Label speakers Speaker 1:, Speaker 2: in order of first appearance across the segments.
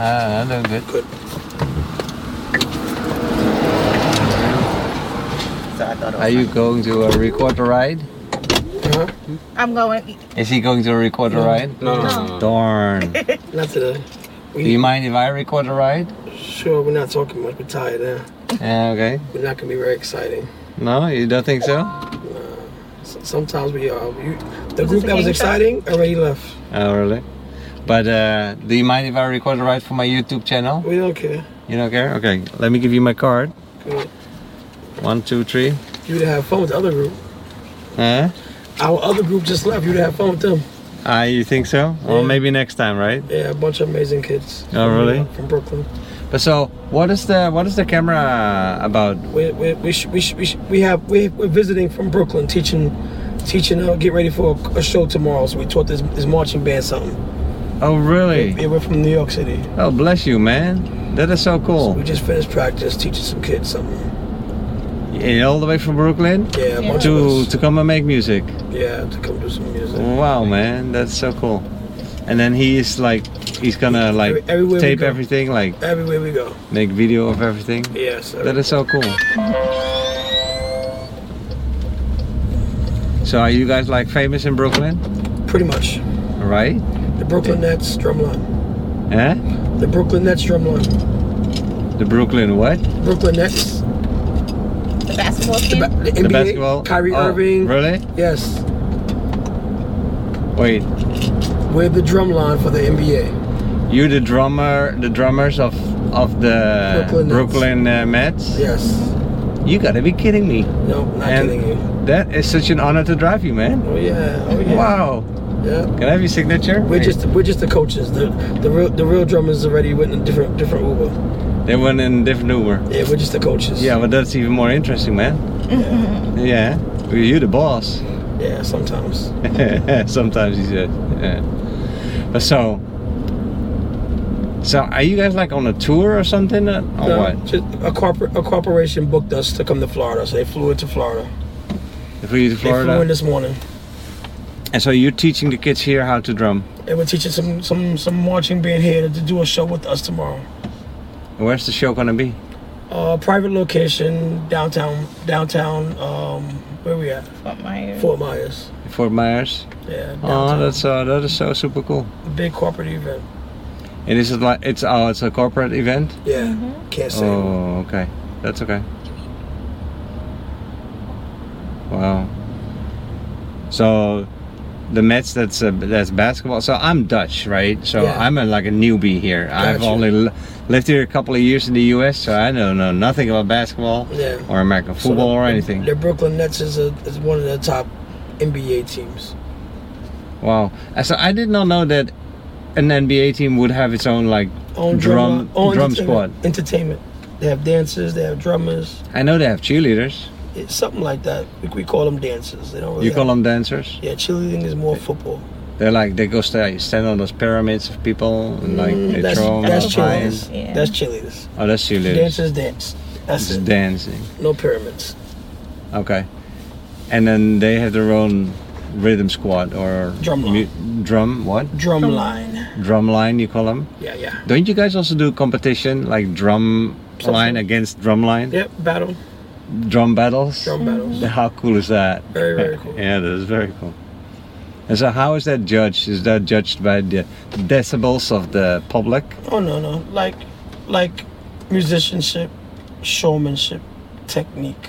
Speaker 1: Uh, I'm doing good.
Speaker 2: Good. So I thought it was
Speaker 1: Are you going to uh, record a ride?
Speaker 3: I'm going.
Speaker 1: Is he going to record a ride?
Speaker 2: No, no,
Speaker 3: No.
Speaker 1: Darn.
Speaker 2: not today.
Speaker 1: Do you mind if I record a ride?
Speaker 2: Sure, we're not talking much. We're tired now.
Speaker 1: Yeah, okay.
Speaker 2: We're not gonna be very exciting.
Speaker 1: No, you don't think so?
Speaker 2: S- Sometimes we are. You, the
Speaker 3: Was this
Speaker 2: group
Speaker 3: a
Speaker 2: that
Speaker 3: game
Speaker 2: was
Speaker 3: show?
Speaker 2: exciting already left.
Speaker 1: Oh, really? But uh, do you mind if I record a ride for my YouTube channel?
Speaker 2: We don't care.
Speaker 1: You don't care? Okay, let me give you my card.
Speaker 2: Good.
Speaker 1: One, two, three.
Speaker 2: You'd have fun with the other group.
Speaker 1: Huh?
Speaker 2: Our other group just left. You'd have fun with them.
Speaker 1: Ah, you think so? Well,
Speaker 2: Yeah.
Speaker 1: maybe next time, right?
Speaker 2: Yeah, a bunch of amazing kids.
Speaker 1: Oh,
Speaker 2: from,
Speaker 1: really?
Speaker 2: uh, From Brooklyn.
Speaker 1: But so, what is the what is the camera about?
Speaker 2: We we we sh- we, sh- we, sh- we have we we're visiting from Brooklyn, teaching teaching. Uh, get ready for a, a show tomorrow. So we taught this this marching band something.
Speaker 1: Oh, really?
Speaker 2: Yeah, we're from New York City.
Speaker 1: Oh, bless you, man. That is so
Speaker 2: So
Speaker 1: cool.
Speaker 2: we just finished practice teaching some kids something.
Speaker 1: Yeah, all the way from Brooklyn
Speaker 2: Yeah, a bunch
Speaker 1: to
Speaker 2: of us.
Speaker 1: to come and make music.
Speaker 2: Yeah, to come do some music.
Speaker 1: Wow, man, that's so cool. And then he is like, he's gonna like
Speaker 2: Every- everywhere we
Speaker 1: tape
Speaker 2: go.
Speaker 1: everything, like
Speaker 2: Everywhere we go.
Speaker 1: make video of everything.
Speaker 2: Yes. every-
Speaker 1: That is so cool. So are you guys like famous in Brooklyn,
Speaker 2: pretty much.
Speaker 1: right?
Speaker 2: The Brooklyn Nets drumline.
Speaker 1: Huh?
Speaker 2: The Brooklyn Nets drumline.
Speaker 1: The Brooklyn what?
Speaker 2: Brooklyn Nets.
Speaker 3: The basketball
Speaker 2: The,
Speaker 3: team.
Speaker 2: ba- the NBA.
Speaker 1: The basketball?
Speaker 2: Kyrie
Speaker 1: Oh,
Speaker 2: Irving.
Speaker 1: Really?
Speaker 2: Yes.
Speaker 1: Wait,
Speaker 2: We're the drumline for the NBA.
Speaker 1: you the drummer, the drummers of of the
Speaker 2: Brooklyn Nets.
Speaker 1: Brooklyn uh, Mets?
Speaker 2: Yes.
Speaker 1: You gotta be kidding me.
Speaker 2: No, not
Speaker 1: And-
Speaker 2: kidding you.
Speaker 1: That is such an honor to drive you, man.
Speaker 2: Oh yeah. Oh yeah.
Speaker 1: Wow.
Speaker 2: Yeah.
Speaker 1: Can I have your signature?
Speaker 2: We're just we're just the coaches. The the real the real drummers already went in different different Uber.
Speaker 1: They went in a different Uber.
Speaker 2: Yeah, we're just the coaches.
Speaker 1: Yeah, but that's even more interesting, man. Yeah. Well, You the boss.
Speaker 2: Yeah, sometimes.
Speaker 1: Sometimes he said. Yeah. But so. So are you guys like on a tour or something? uh, Or
Speaker 2: No,
Speaker 1: what?
Speaker 2: Just a corporate a corporation booked us to come to Florida, so they flew it to Florida.
Speaker 1: If we to
Speaker 2: They flew
Speaker 1: Florida.
Speaker 2: in this morning.
Speaker 1: and so you're teaching the kids here how to drum.
Speaker 2: And we're teaching some some some marching band here to do a show with us tomorrow.
Speaker 1: And where's the show gonna be?
Speaker 2: Uh, private location downtown downtown. Um, where we at?
Speaker 3: Fort Myers.
Speaker 2: Fort Myers.
Speaker 1: Fort Myers.
Speaker 2: Yeah.
Speaker 1: Oh,
Speaker 2: Downtown.
Speaker 1: that's uh, that is so super cool.
Speaker 2: a big corporate event.
Speaker 1: And is it like it's oh it's a corporate event?
Speaker 2: Yeah. Can't say.
Speaker 1: Oh, okay. That's okay. Wow. So, the Mets. That's uh that's basketball. So I'm Dutch, right? So
Speaker 2: Yeah.
Speaker 1: I'm a, like a newbie here. I've
Speaker 2: Gotcha.
Speaker 1: only l- lived here a couple of years in the U.S., so I don't know nothing about basketball
Speaker 2: Yeah.
Speaker 1: or American
Speaker 2: So
Speaker 1: football or
Speaker 2: the-
Speaker 1: anything.
Speaker 2: The Brooklyn Nets is a, is one of the top NBA teams.
Speaker 1: Wow. Uh, So I did not know that an NBA team would have its own like
Speaker 2: Own
Speaker 1: Drum-
Speaker 2: drummer- own
Speaker 1: drum
Speaker 2: entertainment- Entertainment. They have dancers. They have drummers.
Speaker 1: I know they have cheerleaders.
Speaker 2: It's something like that. We, we call them dancers. They don't. Really
Speaker 1: You call them dancers.
Speaker 2: Yeah, cheerleading is more football.
Speaker 1: They're like they go sta stand on those pyramids of people and like they
Speaker 2: Mm, that's
Speaker 1: throw 'em
Speaker 2: that's
Speaker 1: up high and-
Speaker 2: cheerleaders.
Speaker 3: Yeah.
Speaker 2: That's cheerleaders.
Speaker 1: Oh, that's cheerleaders.
Speaker 2: Dancers dance. That's
Speaker 1: It's
Speaker 2: it.
Speaker 1: dancing.
Speaker 2: No pyramids.
Speaker 1: Okay. And then they have their own rhythm squad or
Speaker 2: Drum line.
Speaker 1: mu- drum what?
Speaker 2: Drumline.
Speaker 1: Drum line you call them.
Speaker 2: Yeah, yeah.
Speaker 1: Don't you guys also do competition like drum
Speaker 2: Something.
Speaker 1: line against drum line?
Speaker 2: Yep, battle.
Speaker 1: Drum battles?
Speaker 2: Drum battles.
Speaker 1: How cool is that?
Speaker 2: Very, very cool.
Speaker 1: yeah, that is very cool. And so how is that judged? Is that judged by the decibels of the public?
Speaker 2: Oh no, no. Like like musicianship, showmanship, technique,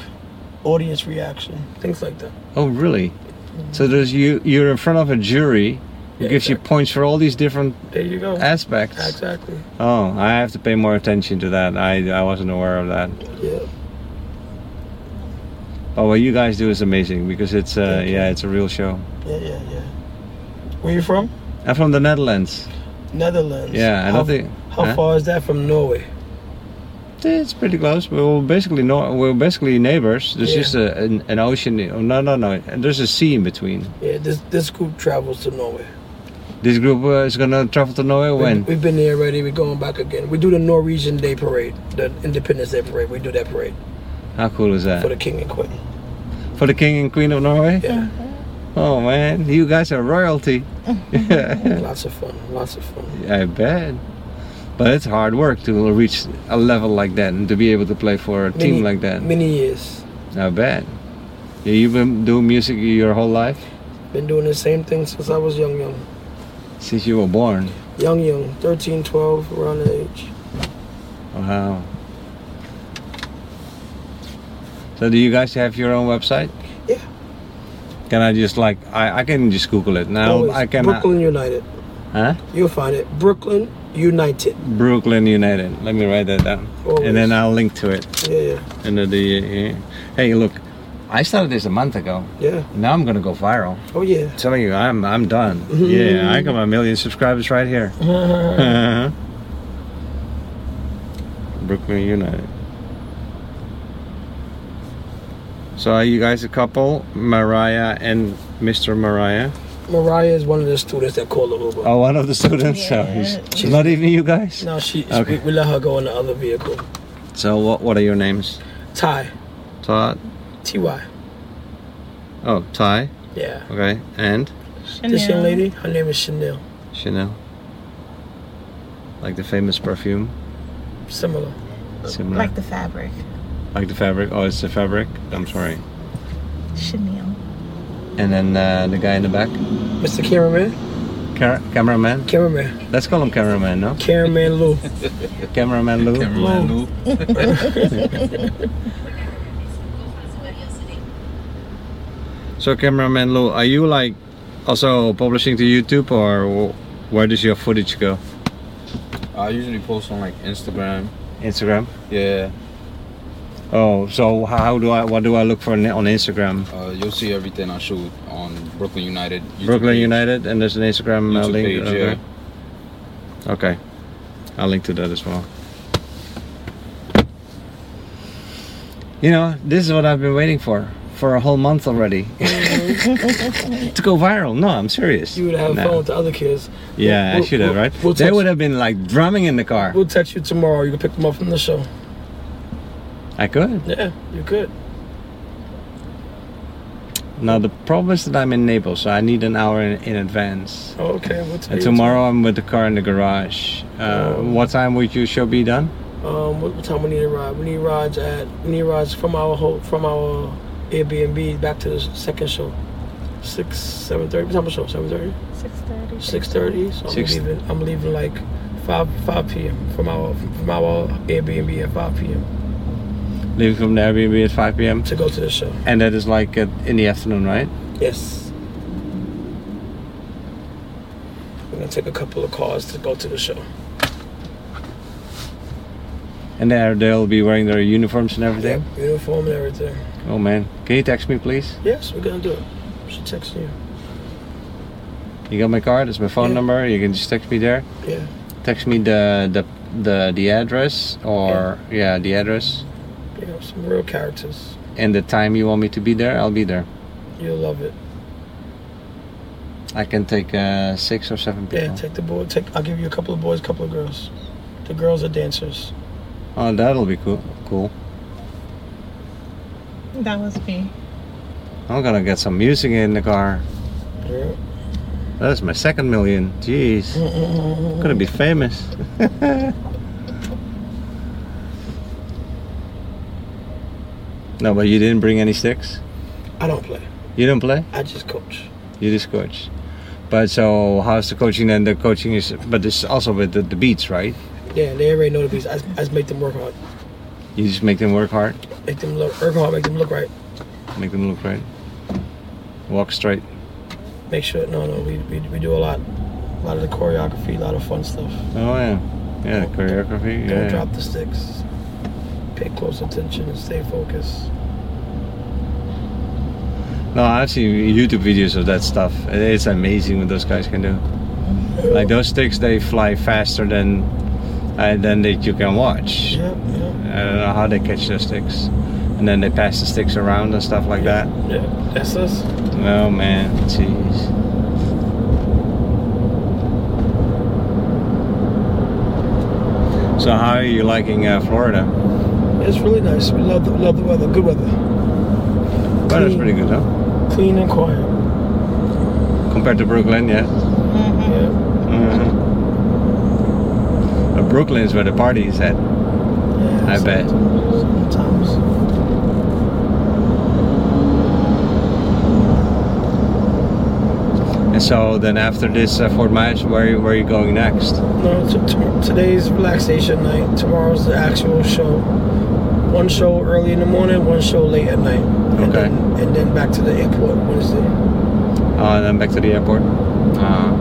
Speaker 2: audience reaction, things like that.
Speaker 1: Oh, really? So there's you. You're in front of a jury. It
Speaker 2: Yeah,
Speaker 1: gives you points for all these different
Speaker 2: There you go.
Speaker 1: aspects.
Speaker 2: Exactly.
Speaker 1: Oh, I have to pay more attention to that. I I wasn't aware of that.
Speaker 2: Yeah.
Speaker 1: But what you guys do is amazing because it's uh,
Speaker 2: Thank you.
Speaker 1: yeah, it's a real show.
Speaker 2: Yeah, yeah, yeah. Where you from?
Speaker 1: I'm from the Netherlands.
Speaker 2: Netherlands.
Speaker 1: Yeah, I
Speaker 2: how,
Speaker 1: don't think.
Speaker 2: How
Speaker 1: huh?
Speaker 2: far is that from Norway?
Speaker 1: It's pretty close. We're basically no, we're basically neighbors. There's
Speaker 2: Yeah.
Speaker 1: just a, an, an ocean. oh, No, no, no. And there's a sea in between.
Speaker 2: Yeah, this this group travels to Norway.
Speaker 1: This group uh, is gonna travel to Norway when?
Speaker 2: We, have been there already. We're going back again. We do the Norwegian Day Parade, the Independence Day Parade. We do that parade
Speaker 1: How cool is that?
Speaker 2: for the king and queen.
Speaker 1: For the king and queen of Norway.
Speaker 2: Yeah,
Speaker 1: Oh man, you guys are royalty. I
Speaker 2: lots of fun. Lots of fun.
Speaker 1: bet. But it's hard work to reach a level like that and to be able to play for a
Speaker 2: Many-
Speaker 1: team like that.
Speaker 2: Many years.
Speaker 1: Not bad. Yeah, you've been doing music your whole life
Speaker 2: Been doing the same thing since I was young, young.
Speaker 1: since you were born.
Speaker 2: Young, young. 13, 12, around that age.
Speaker 1: Wow. So do you guys have your own website?
Speaker 2: Yeah.
Speaker 1: Can I just like I, I can just Google it now.
Speaker 2: Always.
Speaker 1: I can
Speaker 2: Brooklyn United.
Speaker 1: huh?
Speaker 2: You'll find it. Brooklyn United.
Speaker 1: Brooklyn United. Let me write that down, and
Speaker 2: Always.
Speaker 1: then I'll link to it.
Speaker 2: Yeah, yeah.
Speaker 1: And then the uh, hey, look, I started this a month ago.
Speaker 2: Yeah.
Speaker 1: Now I'm gonna go viral.
Speaker 2: Oh, yeah.
Speaker 1: I'm telling you, I'm I'm done. Yeah, I got my million subscribers right here. Uh-huh. Brooklyn United. So are you guys a couple, Mariah and Mr. Mariah?
Speaker 2: Mariah is one of the students that called her over.
Speaker 1: Oh, one of the students. So
Speaker 3: Yeah.
Speaker 1: he's- she's not even you guys.
Speaker 2: No, she, she-
Speaker 1: Okay.
Speaker 2: we, we let her go in the other vehicle.
Speaker 1: So what what are your names?
Speaker 2: Ty.
Speaker 1: Todd.
Speaker 2: T-Y.
Speaker 1: Oh, Ty.
Speaker 2: Yeah.
Speaker 1: Okay, and
Speaker 2: This young
Speaker 3: Chanel.
Speaker 2: lady, her name is Chanel.
Speaker 1: Chanel. Like the famous perfume,
Speaker 2: Similar.
Speaker 1: similar.
Speaker 3: Like the fabric.
Speaker 1: Like the fabric. Oh, it's the fabric. I'm sorry.
Speaker 3: Chanel.
Speaker 1: And then uh, the guy in the back,
Speaker 2: Mr. Cameraman?
Speaker 1: Car- cameraman.
Speaker 2: Cameraman.
Speaker 1: Let's call him cameraman, no?
Speaker 2: Cameraman Lou.
Speaker 1: Cameraman Lou.
Speaker 4: Cameraman Lou.
Speaker 1: so cameraman Lou, are you like also publishing to YouTube or wh- where does your footage go?
Speaker 4: I usually post on like Instagram.
Speaker 1: Instagram.
Speaker 4: Yeah,
Speaker 1: Oh, so how do I? What do I look for on on Instagram?
Speaker 4: uh, you'll see everything I shoot on Brooklyn United. YouTube
Speaker 1: Brooklyn
Speaker 4: page.
Speaker 1: United, and there's an Instagram uh,
Speaker 4: YouTube
Speaker 1: link.
Speaker 4: page,
Speaker 1: okay.
Speaker 4: yeah.
Speaker 1: Okay. I'll link to that as well. You know, this is what I've been waiting for for a whole month already to go viral. No, I'm serious.
Speaker 2: You would have
Speaker 1: No.
Speaker 2: fun with the other kids.
Speaker 1: Yeah, I
Speaker 2: We'll-
Speaker 1: should have,
Speaker 2: we'll-
Speaker 1: right?
Speaker 2: We'll
Speaker 1: they
Speaker 2: text,
Speaker 1: would have been like drumming in the car.
Speaker 2: we'll text you tomorrow. You can pick them up from the show.
Speaker 1: I could.
Speaker 2: Yeah, you could.
Speaker 1: Now the problem is that I'm in Naples, so I need an hour in, in advance.
Speaker 2: Oh, okay. We'll tell
Speaker 1: And
Speaker 2: you
Speaker 1: tomorrow I'm with the car in the garage. Uh,
Speaker 2: Oh.
Speaker 1: What time would your show be done?
Speaker 2: Um, what, what time we need to ride? We need rides at we need rides from our ho from our Airbnb back to the second show. Six seven thirty. What time is the show? Seven thirty.
Speaker 3: 630.
Speaker 2: Six thirty. So I'm
Speaker 1: Six-
Speaker 2: leaving. I'm leaving like five five p.m. from our from our Airbnb at five p.m.
Speaker 1: Leaving from the Airbnb at 5 p.m.
Speaker 2: to go to the show.
Speaker 1: And that is like at, in the afternoon, right?
Speaker 2: Yes. We're gonna take a couple of cars to go to the show.
Speaker 1: And there they'll be wearing their uniforms and
Speaker 2: Yep.
Speaker 1: everything.
Speaker 2: Uniform and everything.
Speaker 1: Oh man, can you text me please?
Speaker 2: Yes, we're gonna do it. She texts you.
Speaker 1: You got my card. It's my phone
Speaker 2: Yeah.
Speaker 1: number. You can just text me there.
Speaker 2: Yeah.
Speaker 1: Text me the the the, the address or yeah. the address
Speaker 2: You know, some real characters.
Speaker 1: and the time you want me to be there. I'll be there.
Speaker 2: You'll love it.
Speaker 1: I can take uh, six or seven people.
Speaker 2: Yeah, take the boy. Take. I'll give you a couple of boys, a couple of girls. The girls are dancers.
Speaker 1: oh, that'll be cool. Cool.
Speaker 3: That was me.
Speaker 1: I'm gonna get some music in the car.
Speaker 2: Yeah.
Speaker 1: That's my second million. Jeez, I'm gonna be famous. no, but you didn't bring any sticks.
Speaker 2: I don't play.
Speaker 1: You didn't play.
Speaker 2: I just coach.
Speaker 1: You just coach. But so how's the coaching then? The coaching is, but it's also with the, the beats, right?
Speaker 2: Yeah, they already know the beats. I, I just make them work hard.
Speaker 1: You just make them work hard,
Speaker 2: Make them look work hard. Make them look right.
Speaker 1: make them look right, walk straight.
Speaker 2: Make sure. No, no. We, we, we do a lot. A lot of the choreography. A lot of fun stuff.
Speaker 1: Oh yeah, yeah, choreography.
Speaker 2: Don't
Speaker 1: Yeah,
Speaker 2: drop the sticks. Pay close attention and stay focused.
Speaker 1: no, I've seen YouTube videos of that stuff. It's amazing what those guys can do. Like those sticks, they fly faster than uh, than that you can watch.
Speaker 2: Yeah, yeah.
Speaker 1: I don't know how they catch those sticks, and then they pass the sticks around and stuff like that.
Speaker 2: Yeah, that's us.
Speaker 1: Oh man, jeez. So how are you liking uh, Florida?
Speaker 2: It's really nice. We love the, love the weather. Good weather.
Speaker 1: Florida's pretty good, huh?
Speaker 2: Clean and quiet.
Speaker 3: Mm-hmm.
Speaker 1: Compared to Brooklyn, yeah.
Speaker 3: Mhm.
Speaker 2: Yeah.
Speaker 1: Mhm. But Brooklyn is where the party is at.
Speaker 2: Yeah,
Speaker 1: I
Speaker 2: so-
Speaker 1: bet.
Speaker 2: Sometimes.
Speaker 1: And so then after this uh, Fort Myers, where where are you going next? Uh,
Speaker 2: No, t- t- today's relaxation night. Tomorrow's the actual show. One show early in the morning, one show late at night. And
Speaker 1: Okay.
Speaker 2: then, and then back to the airport Wednesday.
Speaker 1: Uh, and then back to the airport.
Speaker 4: Uh,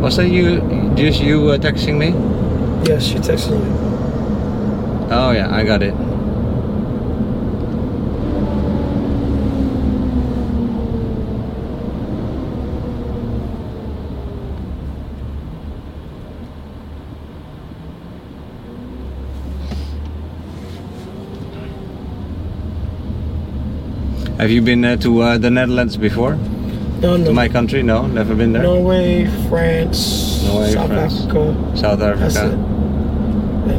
Speaker 1: Was that you? Just you uh, texting me?
Speaker 2: Yes, she texted me.
Speaker 1: Oh yeah, I got it. Have you been uh, to uh, the Netherlands before?
Speaker 2: No, no.
Speaker 1: To my country? No, never been there.
Speaker 2: Norway, France,
Speaker 1: Norway,
Speaker 2: South
Speaker 1: France.
Speaker 2: Africa.
Speaker 1: South
Speaker 2: That's it.
Speaker 1: Africa.
Speaker 2: And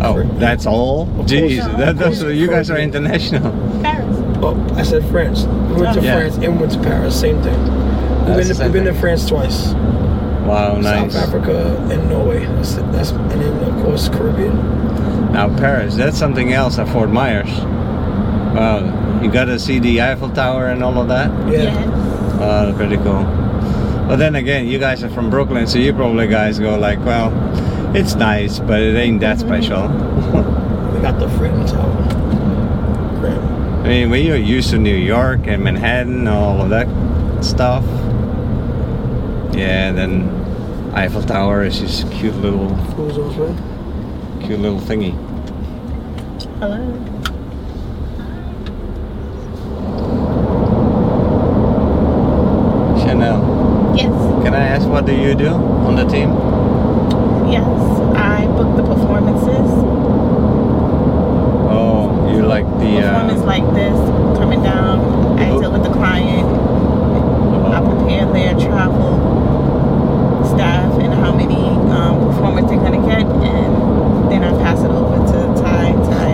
Speaker 1: Oh,
Speaker 2: Fran-
Speaker 1: that's all.
Speaker 2: course.
Speaker 1: Jeez,
Speaker 3: Yeah,
Speaker 1: that,
Speaker 3: of
Speaker 1: that's,
Speaker 2: course.
Speaker 1: you guys are international.
Speaker 3: Paris.
Speaker 2: Oh, I said France. We went to
Speaker 1: Yeah.
Speaker 2: France and went to Paris. Same thing.
Speaker 1: That's
Speaker 2: We've been,
Speaker 1: the
Speaker 2: to,
Speaker 1: same
Speaker 2: we've been to
Speaker 1: thing.
Speaker 2: France twice.
Speaker 1: Wow, nice.
Speaker 2: South Africa and Norway. That's it. That's and then of course Caribbean.
Speaker 1: Now Paris, that's something else at Fort Myers. Wow, you gotta see the Eiffel Tower and all of that.
Speaker 2: Yeah.
Speaker 1: Wow, that's pretty cool. But then again, you guys are from Brooklyn, so you probably guys go like, well, it's nice, but it ain't that special.
Speaker 2: We got the Freedom Tower. Grand.
Speaker 1: I mean, we are used to New York and Manhattan, and all of that stuff. Yeah, then Eiffel Tower is just cute little,
Speaker 2: Who's on front?
Speaker 1: cute little thingy.
Speaker 3: Hello.
Speaker 1: Chanel,
Speaker 3: Yes.
Speaker 1: can I ask what do you do on the team?
Speaker 3: Yes. I book the performances.
Speaker 1: Oh, you like the
Speaker 3: Performance
Speaker 1: uh,
Speaker 3: like this, coming down. I
Speaker 1: Oh.
Speaker 3: deal with the client. I prepare their travel staff and how many um, performers they're gonna get, and then I pass it over to Ty. Ty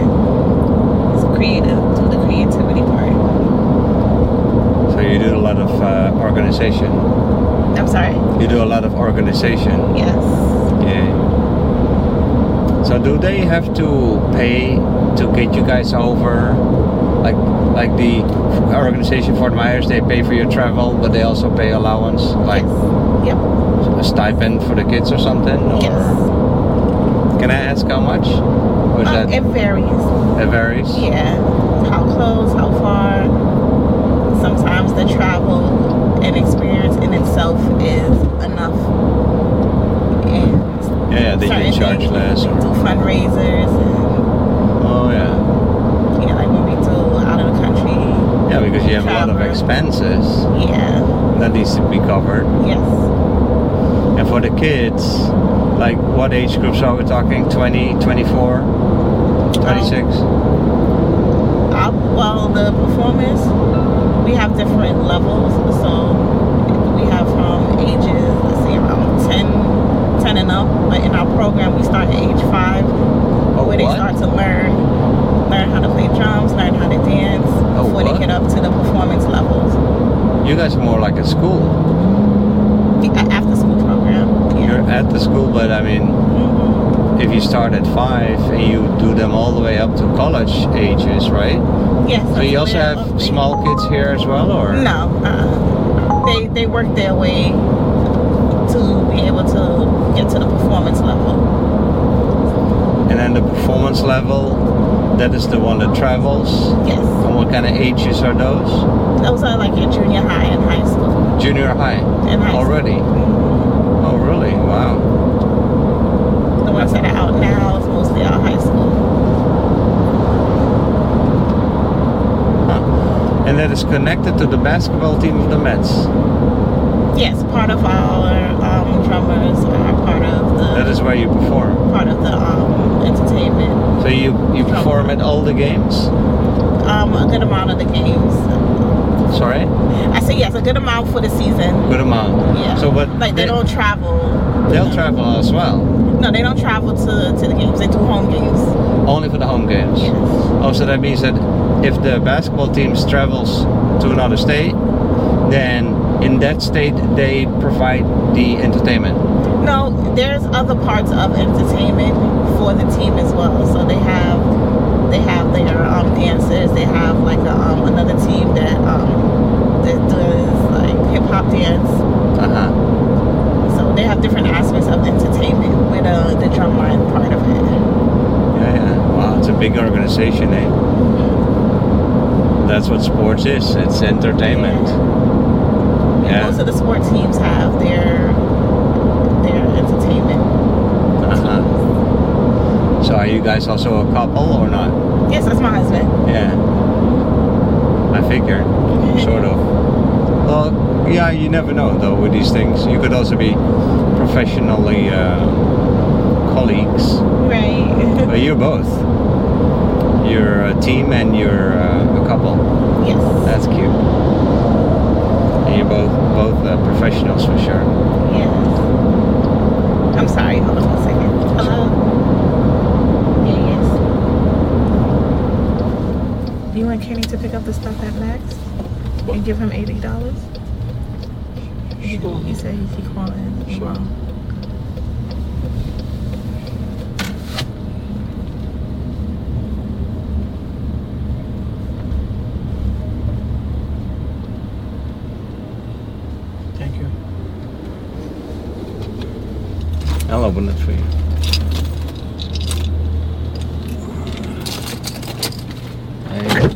Speaker 3: is creative, do the creativity part.
Speaker 1: so you do a lot of uh, organization.
Speaker 3: I'm sorry.
Speaker 1: You do a lot of organization.
Speaker 3: Yes.
Speaker 1: Yeah. So do they have to pay to get you guys over? Like like the organization Fort Myers, they pay for your travel, but they also pay allowance, like
Speaker 3: yes. Yep.
Speaker 1: a stipend for the kids or something. Or
Speaker 3: yes.
Speaker 1: can I ask how much? Or is
Speaker 3: Um,
Speaker 1: that
Speaker 3: it varies.
Speaker 1: that varies?
Speaker 3: Yeah, how close, how far. Sometimes the travel and experience in itself is enough. And
Speaker 1: Yeah, they
Speaker 3: certain
Speaker 1: can charge
Speaker 3: things,
Speaker 1: less.
Speaker 3: We
Speaker 1: Or,
Speaker 3: do fundraisers,
Speaker 1: oh yeah.
Speaker 3: and you know, like when we do out of the country.
Speaker 1: Yeah, because you have a lot of
Speaker 3: Travel.
Speaker 1: expenses
Speaker 3: Yeah.
Speaker 1: that needs to be covered.
Speaker 3: Yes.
Speaker 1: And for the kids, like what age groups are we talking? 20, 24, 26?
Speaker 3: Oh. Our, well, the performance we have different levels. So we have from ages, let's say around 10, 10 and up. But in our program, we start at age five.
Speaker 1: Oh,
Speaker 3: where they start
Speaker 1: what?
Speaker 3: to learn learn how to play drums, learn how to dance
Speaker 1: Oh,
Speaker 3: before
Speaker 1: what?
Speaker 3: they get up to the performance levels.
Speaker 1: You guys are more like at school.
Speaker 3: The uh, after school program. Yeah.
Speaker 1: You're at the school, but I mean,
Speaker 3: Mhm.
Speaker 1: if you start at five and you do them all the way up to college ages, right?
Speaker 3: Yes.
Speaker 1: So you
Speaker 3: that's
Speaker 1: also
Speaker 3: where-
Speaker 1: have small kids here as well, or?
Speaker 3: No. Uh, they they work their way to be able to get to the performance level.
Speaker 1: And then the performance level, that is the one that travels.
Speaker 3: Yes.
Speaker 1: And what kind of ages are those?
Speaker 3: Those are like your junior high and high school.
Speaker 1: Junior high
Speaker 3: And high
Speaker 1: already.
Speaker 3: School. Mhm.
Speaker 1: Oh, really? Wow.
Speaker 3: The ones that are out now is mostly our high school.
Speaker 1: and that is connected to the basketball team of the Mets.
Speaker 3: Yes, part of our um, drummers are part of the.
Speaker 1: That is where you perform.
Speaker 3: part of the um, entertainment.
Speaker 1: So you you perform at all the games.
Speaker 3: Um, a good amount of the games.
Speaker 1: Sorry,
Speaker 3: I say yes, a good amount for the season.
Speaker 1: good amount.
Speaker 3: Yeah.
Speaker 1: So what?
Speaker 3: Like they don't travel.
Speaker 1: They'll travel as well,
Speaker 3: No, they don't travel to, to the games. They do home games.
Speaker 1: only for the home games.
Speaker 3: Yes.
Speaker 1: Oh, so that means that if the basketball teams travels to another state, then in that state they provide the entertainment.
Speaker 3: No, there's other parts of entertainment for the team as well. So they have they have their um, dancers. They have like a, um, another team that um, that does like hip hop dance.
Speaker 1: Uh-huh.
Speaker 3: So they have different aspects of entertainment with uh, the drumline part of it.
Speaker 1: Yeah, yeah. Wow, it's a big organization, eh? That's what sports is. It's entertainment. Yeah.
Speaker 3: Most of the sport teams have their their entertainment.
Speaker 1: Uh-huh. So are you guys also a couple or not?
Speaker 3: Yes, that's my husband.
Speaker 1: Yeah. I figured, sort of. Well, yeah, you never know though with these things. You could also be professionally uh, colleagues.
Speaker 3: Right.
Speaker 1: But you're both. You're a team and you're uh, a couple.
Speaker 3: yes.
Speaker 1: That's cute. And you're both both uh, professionals for sure.
Speaker 3: Yes. I'm sorry, hold on one second. Hello? Yeah, yes. You want Kenny to pick up the stuff at Max and give him eighty dollars? He he said he keep calling.
Speaker 2: Sure.
Speaker 3: Well,
Speaker 2: Thank you.
Speaker 1: I'll open it for you. Hey.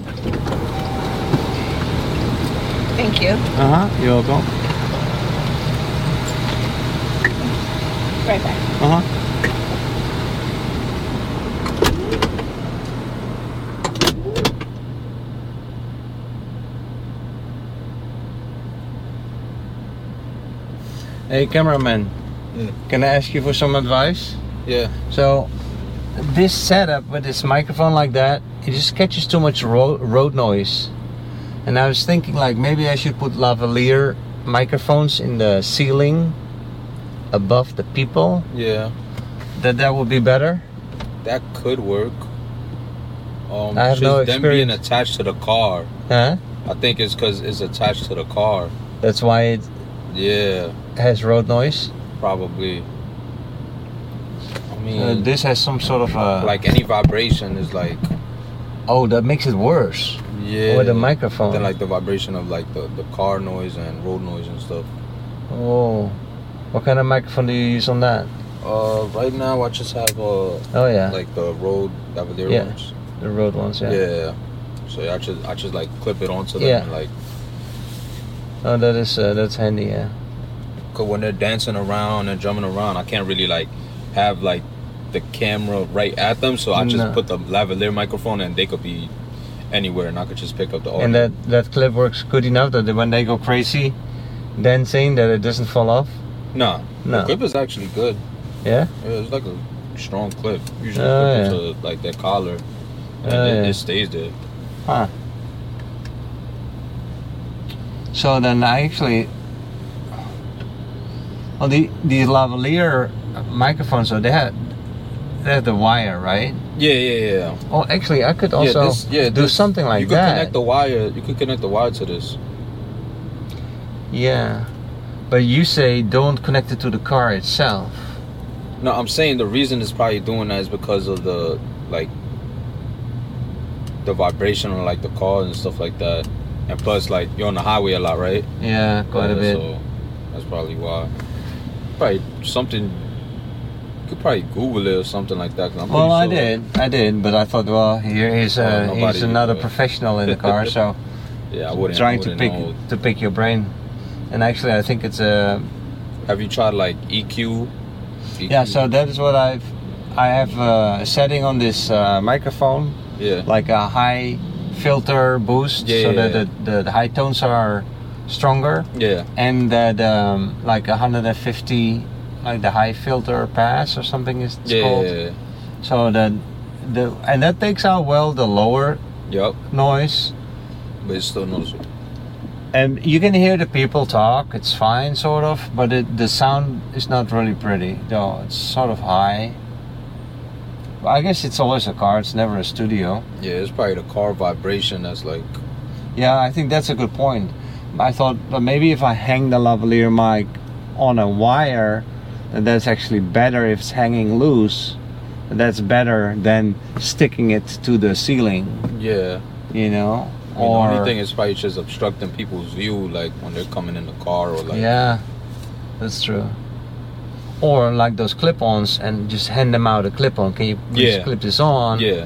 Speaker 3: Thank you.
Speaker 1: Uh huh. You're welcome.
Speaker 3: Right back.
Speaker 1: Uh huh. Hey, cameraman.
Speaker 4: Yeah.
Speaker 1: Can I ask you for some advice?
Speaker 4: Yeah.
Speaker 1: So, this setup with this microphone like that, it just catches too much road, road noise. And I was thinking, like, maybe I should put lavalier microphones in the ceiling above the people.
Speaker 4: Yeah.
Speaker 1: That that would be better.
Speaker 4: That could work. Um,
Speaker 1: I have
Speaker 4: just
Speaker 1: no
Speaker 4: them being
Speaker 1: experience.
Speaker 4: attached to the car.
Speaker 1: Huh?
Speaker 4: I think it's because it's attached to the car.
Speaker 1: That's why it
Speaker 4: Yeah,
Speaker 1: has road noise.
Speaker 4: probably. I mean,
Speaker 1: Uh, this has some sort of uh,
Speaker 4: like any vibration is like
Speaker 1: oh, that makes it worse.
Speaker 4: yeah.
Speaker 1: Or the microphone.
Speaker 4: Then like the vibration of like the, the car noise and road noise and stuff.
Speaker 1: Oh, what kind of microphone do you use on that?
Speaker 4: Uh, right now I just have uh
Speaker 1: Oh yeah,
Speaker 4: like the road lavalier
Speaker 1: Yeah.
Speaker 4: ones.
Speaker 1: the road ones.
Speaker 4: Yeah.
Speaker 1: Yeah.
Speaker 4: So I just I just like clip it onto them
Speaker 1: Yeah.
Speaker 4: and like
Speaker 1: Oh, that is uh, that's handy. Yeah.
Speaker 4: Cause when they're dancing around and drumming around, I can't really like have like the camera right at them. So I just
Speaker 1: No.
Speaker 4: put the lavalier microphone and they could be anywhere and I could just pick up the audio.
Speaker 1: And that that clip works good enough that when they go crazy dancing, that it doesn't fall off.
Speaker 4: nah,
Speaker 1: No.
Speaker 4: The clip is actually good.
Speaker 1: Yeah.
Speaker 4: Yeah, it's like a strong clip. Usually
Speaker 1: Oh,
Speaker 4: clip
Speaker 1: yeah.
Speaker 4: to like their collar and
Speaker 1: Oh,
Speaker 4: it,
Speaker 1: yeah.
Speaker 4: it stays there.
Speaker 1: Huh. So then I actually, well, the these lavalier microphones, so they had they had the wire, right?
Speaker 4: Yeah, yeah, yeah.
Speaker 1: Oh, actually, I could also
Speaker 4: yeah, this, yeah,
Speaker 1: do
Speaker 4: this-
Speaker 1: something like
Speaker 4: you could
Speaker 1: that.
Speaker 4: connect the wire. You could connect the wire to this.
Speaker 1: yeah, but you say don't connect it to the car itself.
Speaker 4: No, I'm saying the reason it's probably doing that is because of the like the vibration on like the car and stuff like that. And plus like you're on the highway a lot, right?
Speaker 1: Yeah, quite a
Speaker 4: Yeah,
Speaker 1: bit.
Speaker 4: Oh, So that's probably why. Probably something you could probably Google it or something like that. 'cause I'm
Speaker 1: Well, I
Speaker 4: pretty sure-
Speaker 1: did, I did, but I thought, well, here is
Speaker 4: Oh,
Speaker 1: uh, here's
Speaker 4: nobody-
Speaker 1: another
Speaker 4: uh,
Speaker 1: professional in the car, so
Speaker 4: Yeah, I wouldn't.
Speaker 1: trying
Speaker 4: I
Speaker 1: to
Speaker 4: wouldn't
Speaker 1: pick
Speaker 4: know.
Speaker 1: to pick your brain. And actually, I think it's uh, a
Speaker 4: Have you tried like E EQ?
Speaker 1: Yeah, so that is what I've. I have uh, a setting on this uh, microphone,
Speaker 4: yeah,
Speaker 1: like a high filter boost,
Speaker 4: Yeah,
Speaker 1: so
Speaker 4: yeah,
Speaker 1: that
Speaker 4: yeah.
Speaker 1: The, the, the high tones are stronger,
Speaker 4: yeah,
Speaker 1: and that um, like 150, like the high filter pass or something is it's
Speaker 4: yeah,
Speaker 1: called.
Speaker 4: yeah,
Speaker 1: So that the and that takes out well the lower
Speaker 4: yeah. Yep,
Speaker 1: noise,
Speaker 4: but it's still noticeable.
Speaker 1: and you can hear the people talk. It's fine, sort of, but it, the sound is not really pretty. Though it's sort of high. Well, I guess it's always a car. It's never a studio.
Speaker 4: Yeah, it's probably the car vibration that's like
Speaker 1: Yeah, I think that's a good point. I thought well, maybe if I hang the lavalier mic on a wire, then that's actually better if it's hanging loose. That's better than sticking it to the ceiling,
Speaker 4: Yeah.
Speaker 1: you know?
Speaker 4: I mean, the only thing is probably just obstructing people's view, like when they're coming in the car or like.
Speaker 1: yeah, that's true. Or like those clip-ons and just hand them out a clip-on. Can you please
Speaker 4: Yeah.
Speaker 1: clip this on?
Speaker 4: Yeah.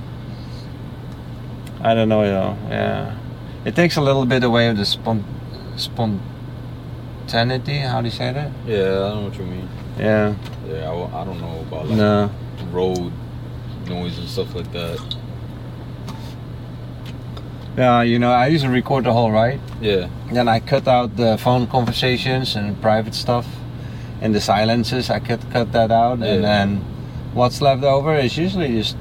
Speaker 1: I don't know, you know. Yeah, it takes a little bit away of the spon- spontaneity. How do you say that?
Speaker 4: Yeah. I know what you mean.
Speaker 1: Yeah.
Speaker 4: Yeah. I, w- I don't know about like
Speaker 1: No.
Speaker 4: road noise and stuff like that.
Speaker 1: Yeah, you know, I used to record the whole ride.
Speaker 4: Yeah.
Speaker 1: Then I cut out the phone conversations and private stuff, and the silences. I cut cut that out, and
Speaker 4: Yeah.
Speaker 1: then what's left over is usually just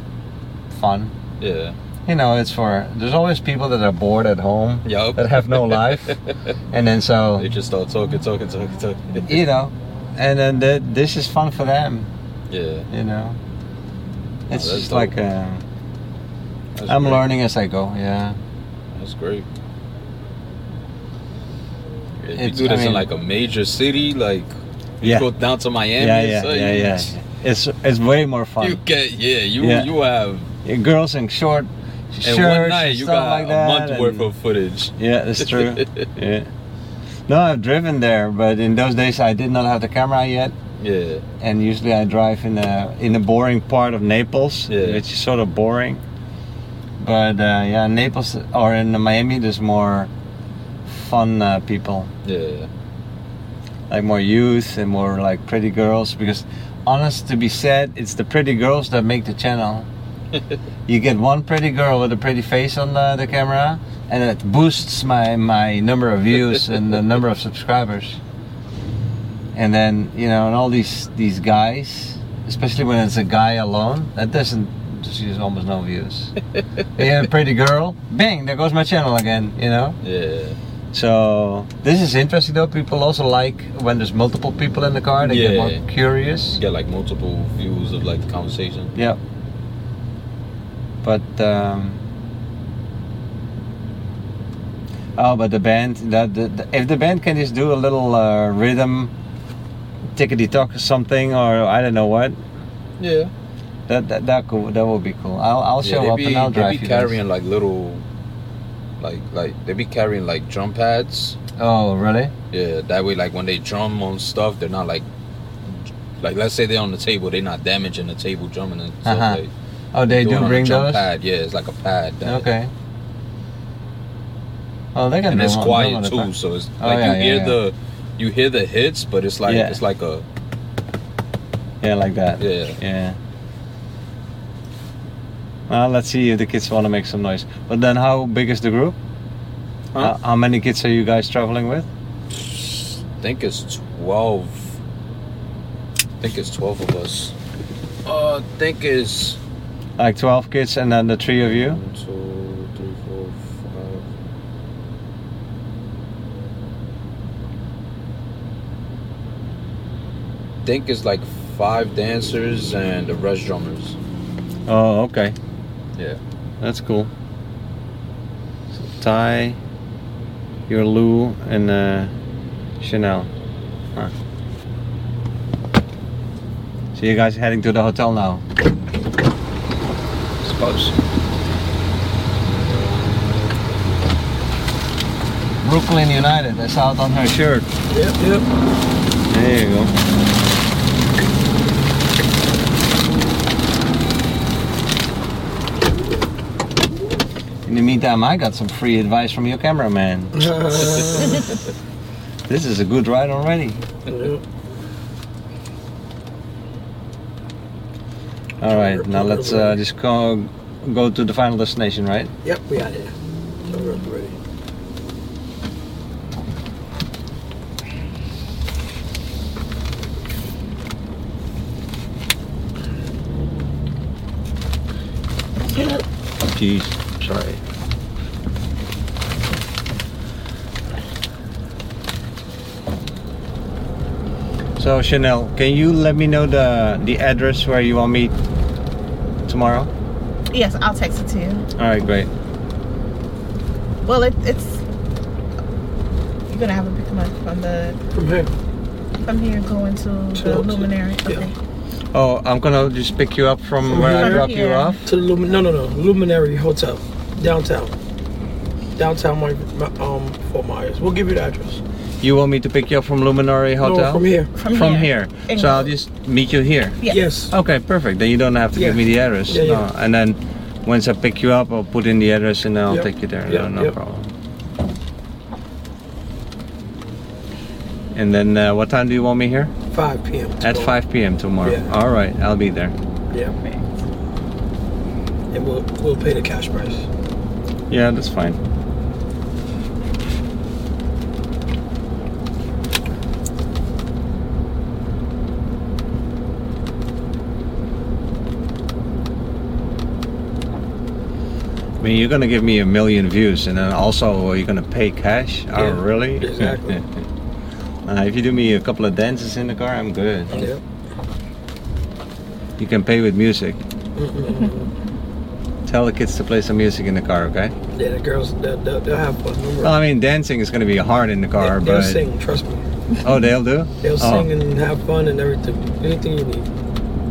Speaker 1: fun.
Speaker 4: Yeah.
Speaker 1: You know, it's for there's always people that are bored at home
Speaker 4: Yup.
Speaker 1: that have no life, and then so
Speaker 4: They just start talking, talking, talking, talking.
Speaker 1: you know, and then th- this is fun for them.
Speaker 4: Yeah.
Speaker 1: you know it's
Speaker 4: Oh, that's
Speaker 1: just
Speaker 4: dope.
Speaker 1: like uh,
Speaker 4: That's
Speaker 1: i'm
Speaker 4: great.
Speaker 1: learning as i go yeah
Speaker 4: That's great. If you
Speaker 1: It's-
Speaker 4: do
Speaker 1: I
Speaker 4: this in
Speaker 1: mean-
Speaker 4: like a major city, like you
Speaker 1: Yeah.
Speaker 4: go down to Miami,
Speaker 1: yeah
Speaker 4: and
Speaker 1: yeah
Speaker 4: stuff,
Speaker 1: yeah
Speaker 4: you,
Speaker 1: yeah it's it's way more fun
Speaker 4: You get yeah, you
Speaker 1: Yeah.
Speaker 4: you have
Speaker 1: Yeah, girls in short shirts
Speaker 4: in one night
Speaker 1: and
Speaker 4: you
Speaker 1: stuff
Speaker 4: got
Speaker 1: like
Speaker 4: a
Speaker 1: that
Speaker 4: month
Speaker 1: and-
Speaker 4: worth of footage.
Speaker 1: yeah that's true yeah no i've driven there but in those days i did not have the camera yet
Speaker 4: Yeah,
Speaker 1: and usually i drive in the in the boring part of naples
Speaker 4: Yeah.
Speaker 1: which is sort of boring but uh, yeah in naples or in miami there's more fun uh, people
Speaker 4: yeah,
Speaker 1: like more youth and more like pretty girls because honest to be said it's the pretty girls that make the channel you get one pretty girl with a pretty face on the, the camera and it boosts my my number of views and the number of subscribers and then you know and all these these guys especially when it's a guy alone that doesn't just use almost no views they have a pretty girl bang there goes my channel again you know
Speaker 4: yeah,
Speaker 1: so this is interesting though. People also like when there's multiple people in the car. They get
Speaker 4: Yeah.
Speaker 1: more curious.
Speaker 4: You get like multiple views of like the conversation.
Speaker 1: Yeah. But um, oh, but the band that the, the- if the band can just do a little uh, rhythm, tickety tock or something, or I don't know what.
Speaker 4: Yeah,
Speaker 1: That that that, could, that would be cool. I'll I'll show
Speaker 4: they
Speaker 1: up
Speaker 4: be,
Speaker 1: and I'll
Speaker 4: they
Speaker 1: drive
Speaker 4: be
Speaker 1: you. guys.
Speaker 4: carrying like little, like like they be carrying like drum pads.
Speaker 1: Oh really?
Speaker 4: Yeah, that way like when they drum on stuff, they're not like. Like let's say they're on the table, they're not damaging the table drumming and stuff.
Speaker 1: Uh-huh.
Speaker 4: Like,
Speaker 1: Oh, they
Speaker 4: do it
Speaker 1: do
Speaker 4: on a
Speaker 1: bring
Speaker 4: drum
Speaker 1: those.
Speaker 4: Pad. Yeah, it's like a pad. that-
Speaker 1: Okay. Oh, they can
Speaker 4: and
Speaker 1: do
Speaker 4: it's
Speaker 1: one- do
Speaker 4: quiet
Speaker 1: one at a
Speaker 4: too.
Speaker 1: time.
Speaker 4: So it's
Speaker 1: Oh,
Speaker 4: like
Speaker 1: yeah,
Speaker 4: you
Speaker 1: yeah,
Speaker 4: hear
Speaker 1: yeah.
Speaker 4: the, you hear the hits, but it's like
Speaker 1: Yeah.
Speaker 4: it's like a
Speaker 1: Yeah, like that.
Speaker 4: Yeah.
Speaker 1: Yeah. Well, let's see if the kids want to make some noise. But then, how big is the group?
Speaker 4: Huh?
Speaker 1: How, how many kids are you guys traveling with?
Speaker 4: I think it's twelve. I think it's twelve of us. Uh, I think it's
Speaker 1: Like 12 kids and then the three of you?
Speaker 4: one, two, three, four, five. I think it's like five dancers and the rest drummers.
Speaker 1: Oh, okay.
Speaker 4: Yeah.
Speaker 1: That's cool. So, Ty, your Lou, and uh, Chanel. Huh. So, you guys heading to the hotel now?
Speaker 4: Suppose.
Speaker 1: Brooklyn United. That's out on her shirt.
Speaker 2: Yep, yep.
Speaker 1: There you go. In the meantime, I got some free advice from your cameraman. This is a good ride already.
Speaker 2: Yep.
Speaker 1: All right, now let's uh, just go go to the final destination, right?
Speaker 2: Yep, we out here. So we're ready.
Speaker 1: Jeez, sorry. So Chanel, can you let me know the the address where you want me tomorrow?
Speaker 3: Yes, I'll text it to you.
Speaker 1: All right, great.
Speaker 3: Well, it, it's You're gonna have to pick them up from the
Speaker 2: From here.
Speaker 3: from here going to the
Speaker 2: Sure.
Speaker 3: luminary.
Speaker 2: Yeah.
Speaker 3: Okay.
Speaker 1: Oh, I'm gonna just pick you up from where I
Speaker 3: From
Speaker 1: drop you
Speaker 3: here.
Speaker 1: off.
Speaker 2: To the Lumin- no, no, no. Luminary Hotel. Downtown. Downtown Mar- Ma- um, Fort Myers. We'll give you the address.
Speaker 1: You want me to pick you up from Luminary Hotel?
Speaker 2: No, from here.
Speaker 3: From,
Speaker 1: From
Speaker 3: here.
Speaker 1: here.
Speaker 3: And-
Speaker 1: So I'll just meet you here.
Speaker 3: Yeah.
Speaker 2: Yes.
Speaker 1: Okay, perfect. Then you don't have to give me
Speaker 2: Yeah.
Speaker 1: the address.
Speaker 2: Yeah,
Speaker 1: no.
Speaker 2: yeah.
Speaker 1: And then once I pick you up, I'll put in the address and then I'll
Speaker 2: Yep.
Speaker 1: take you there.
Speaker 2: Yep,
Speaker 1: No, no
Speaker 2: yep.
Speaker 1: problem. And then uh, what time do you want me here?
Speaker 2: 5 p.m.
Speaker 1: At
Speaker 2: tomorrow.
Speaker 1: 5 p.m. tomorrow.
Speaker 2: Yeah.
Speaker 1: All right, I'll be there.
Speaker 2: Yeah. And we'll, we'll pay the cash price.
Speaker 1: Yeah, that's fine. I mean, you're gonna give me a million views, and then also you're gonna pay cash.
Speaker 2: Yeah,
Speaker 1: oh, really?
Speaker 2: exactly.
Speaker 1: uh, if you do me a couple of dances in the car, I'm good.
Speaker 2: Yeah.
Speaker 1: You can pay with music.
Speaker 2: Mm-mm.
Speaker 1: Tell the kids to play some music in the car, okay?
Speaker 2: yeah, the girls, they'll, they'll, they'll have fun. Don't worry.
Speaker 1: Well, I mean, dancing is gonna be hard in the
Speaker 2: They-
Speaker 1: car,
Speaker 2: they'll
Speaker 1: but
Speaker 2: sing, trust me.
Speaker 1: oh, they'll do.
Speaker 2: They'll
Speaker 1: oh,
Speaker 2: sing and have fun and everything. Anything you need.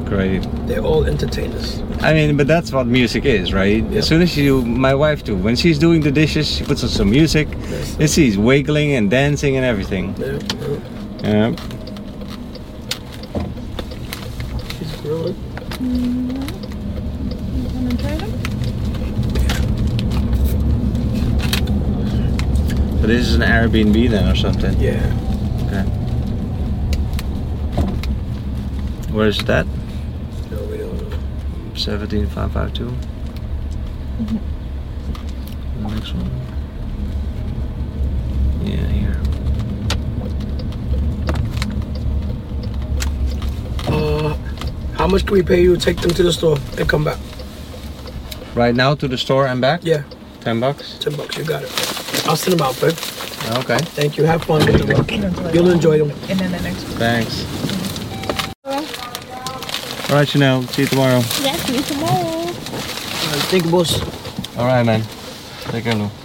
Speaker 1: Great.
Speaker 2: They're all entertainers.
Speaker 1: I mean, but that's what music is, right?
Speaker 2: Yeah.
Speaker 1: As soon as you, my wife too, when she's doing the dishes, she puts on some music.
Speaker 2: Yes.
Speaker 1: And she's wiggling and dancing and everything.
Speaker 2: Yeah, yeah.
Speaker 1: Yeah.
Speaker 2: She's growing.
Speaker 1: So this is an Airbnb then or something.
Speaker 2: Yeah.
Speaker 1: Where is that?
Speaker 2: No, we don't know.
Speaker 1: Seventeen five five two. The next one. Mm-hmm. Yeah, here.
Speaker 2: Uh, how much can we pay you to take them to the store and come back?
Speaker 1: Right now to the store and back.
Speaker 2: Yeah,
Speaker 1: Ten bucks.
Speaker 2: 10 bucks. You got it. I'll send them out, babe.
Speaker 1: Okay.
Speaker 2: Thank you. Have fun with them.
Speaker 3: Enjoy
Speaker 2: You'll
Speaker 3: them.
Speaker 2: enjoy them.
Speaker 3: And then the next one.
Speaker 1: Thanks. All right, Chanel. See you tomorrow.
Speaker 3: Yes, you tomorrow.
Speaker 2: All right, thank you, boss.
Speaker 1: All right, man. Take care, Lou.